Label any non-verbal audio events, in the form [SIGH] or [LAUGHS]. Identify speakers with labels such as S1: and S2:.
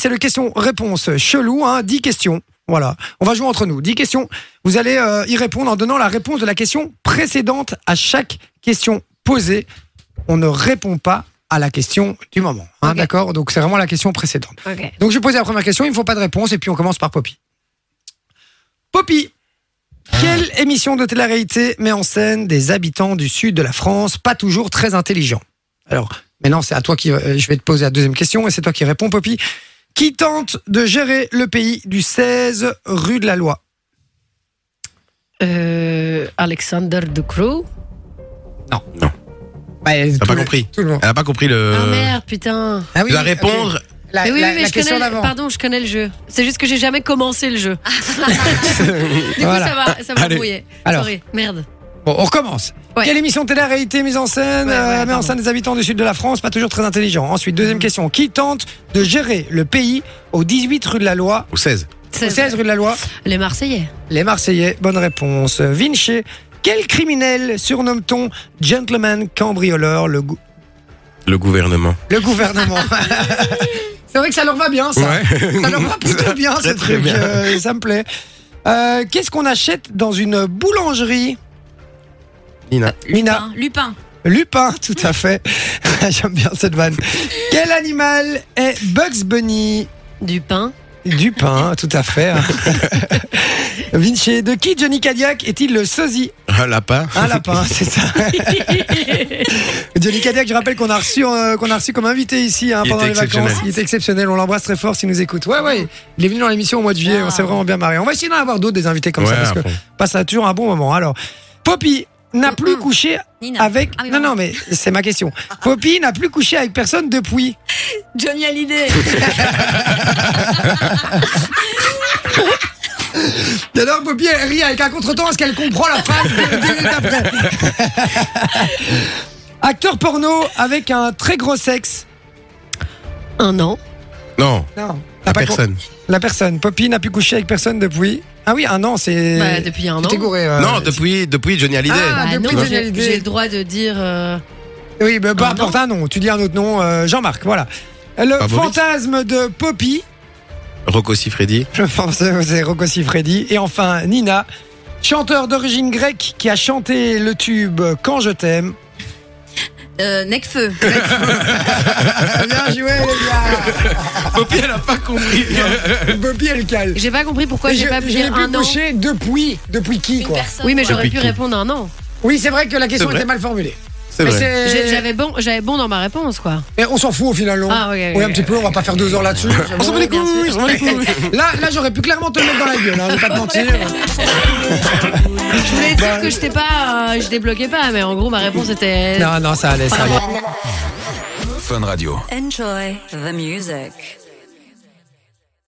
S1: C'est le question-réponse chelou, hein, 10 questions. Voilà, on va jouer entre nous. 10 questions. Vous allez euh, y répondre en donnant la réponse de la question précédente à chaque question posée. On ne répond pas à la question du moment. hein,
S2: Ok.
S1: D'accord Donc c'est vraiment la question précédente.
S2: Ok.
S1: Donc je vais poser la première question, il ne faut pas de réponse, et puis on commence par Poppy. Poppy, quelle
S3: Ah.
S1: émission de télé-réalité met en scène des habitants du sud de la France pas toujours très intelligents Alors, maintenant c'est à toi qui... euh, Je vais te poser la deuxième question, et c'est toi qui réponds, Poppy. Qui tente de gérer le pays du 16 rue de la Loi
S2: Euh, Alexander De Croo.
S1: T'as
S3: pas compris.
S1: Tout le monde.
S3: Elle a pas compris le.
S2: Ah merde, putain.
S1: Ah oui,
S3: tu dois
S1: ok.
S3: répondre.
S1: La,
S2: mais oui,
S1: Ah, la-
S2: oui, mais
S1: la
S2: je
S1: question
S2: connais.
S1: d'avant. [LAUGHS]
S2: Pardon, je connais le jeu. C'est juste que j'ai jamais commencé le jeu. du coup,
S1: Voilà.
S2: ça va, ça va
S3: Allez.
S2: brouiller.
S1: Alors.
S2: Sorry. Merde.
S1: Bon, on recommence.
S2: Ouais.
S1: Quelle émission de télé-réalité mise en scène
S2: Ouais, ouais,
S1: euh, met en
S2: pardon.
S1: scène des habitants du sud de la France, pas toujours très intelligents. Ensuite, deuxième question. Qui tente de gérer le pays au 18 rue de la Loi
S3: Ou 16.
S1: au
S2: C'est-
S1: 16 rue de la Loi
S2: Les Marseillais.
S1: Les Marseillais, bonne réponse. Vinci, quel criminel surnomme-t-on gentleman cambrioleur le, gou-
S3: Le gouvernement.
S1: le gouvernement [LAUGHS] C'est vrai que ça leur va bien, ça. Ça leur va plutôt bien,
S3: Très,
S1: ce
S3: très
S1: truc.
S3: bien.
S1: euh, ça me plaît. Euh, Qu'est-ce qu'on achète dans une boulangerie
S3: [LAUGHS] Nina.
S1: Mina
S2: Lupin.
S1: Lupin, [LAUGHS] tout à fait. J'aime bien cette vanne. Quel animal est Bugs Bunny
S2: Du pain.
S1: Du pain, tout à fait. hein. [LAUGHS] Vinci, de qui Johnny Cadillac est-il le sosie
S3: Un lapin.
S1: [LAUGHS] Un lapin, c'est ça. Johnny Cadillac, je rappelle qu'on a reçu euh, qu'on a reçu comme invité ici hein,
S3: Il
S1: pendant
S3: était
S1: les vacances.
S3: exceptionnel.
S1: Il est exceptionnel. On l'embrasse très fort s'il nous écoute. Ouais, ouais. Il est venu dans l'émission au mois de juillet. On s'est vraiment bien marré. On va essayer d'en avoir d'autres des invités comme
S3: ouais,
S1: ça parce que
S3: après.
S1: passe à toujours un bon moment. Alors, Poppy n'a plus couché
S4: Nina.
S1: avec.
S4: Ah oui,
S1: non,
S4: pardon.
S1: non, mais c'est ma question. Poppy n'a plus couché avec personne depuis.
S4: Johnny Hallyday.
S1: D'ailleurs, Poppy elle rit avec un contretemps parce qu'elle comprend la phrase de- deux minutes après. [LAUGHS] Acteur porno avec un très gros sexe.
S2: [LAUGHS] Un an.
S3: Non,
S1: Non,
S3: la
S1: t'as pas compris.
S3: personne.
S1: La personne. Poppy n'a plus couché avec personne depuis. Ah oui, un an, c'est.
S2: Bah, depuis un
S1: Tu
S2: an.
S1: t'es gouré. euh,
S3: non, depuis, depuis Johnny Hallyday.
S1: Ah,
S2: Bah,
S1: depuis
S2: non,
S1: Johnny
S2: j'ai
S1: Hallyday.
S2: j'ai le droit de dire. euh,
S1: Oui, mais peu
S2: Un
S1: importe un nom. Tu dis un autre nom, euh, Jean-Marc, voilà. Le
S3: Pas Boris.
S1: fantasme de Poppy.
S3: Rocco [LAUGHS] Siffredi.
S1: Je pense que c'est Rocco Siffredi. Et enfin, Nina, chanteur d'origine grecque qui a chanté le tube Quand je
S3: [LAUGHS]
S1: t'aime.
S4: Euh,
S2: [LAUGHS]
S4: Necfeu.
S1: Bien joué, les
S3: Poppy, elle a pas compris. [LAUGHS]
S1: gars Bobby et le cal.
S2: J'ai pas compris pourquoi
S1: Et
S2: j'ai
S1: je-
S2: pas pu
S1: je n'ai
S2: dire
S1: plus
S2: un an.
S1: couché depuis, depuis qui, quoi
S2: Oui, mais j'aurais
S3: Depuis
S2: pu
S3: qui
S2: répondre un an.
S1: Oui, c'est vrai que la question
S3: C'est vrai.
S1: était mal formulée.
S3: C'est
S1: Mais
S3: vrai.
S1: c'est-
S2: J'ai- J'avais bon, j'avais bon dans ma réponse, quoi.
S1: Mais on s'en fout au final, non
S2: Ah, ok, ok,
S1: Oui, un
S2: ok,
S1: petit peu, on va pas faire deux heures là-dessus.
S2: [LAUGHS] On s'en bat les couilles, on s'en bat les couilles.
S1: Là, là j'aurais pu clairement te le mettre dans la gueule, hein, je vais pas te
S2: [LAUGHS]
S1: mentir.
S2: Je voulais dire que je t'ai pas, euh, je débloquais pas, mais en gros ma réponse était
S1: Non, non, ça allait, ça allait.
S5: Enjoy the music.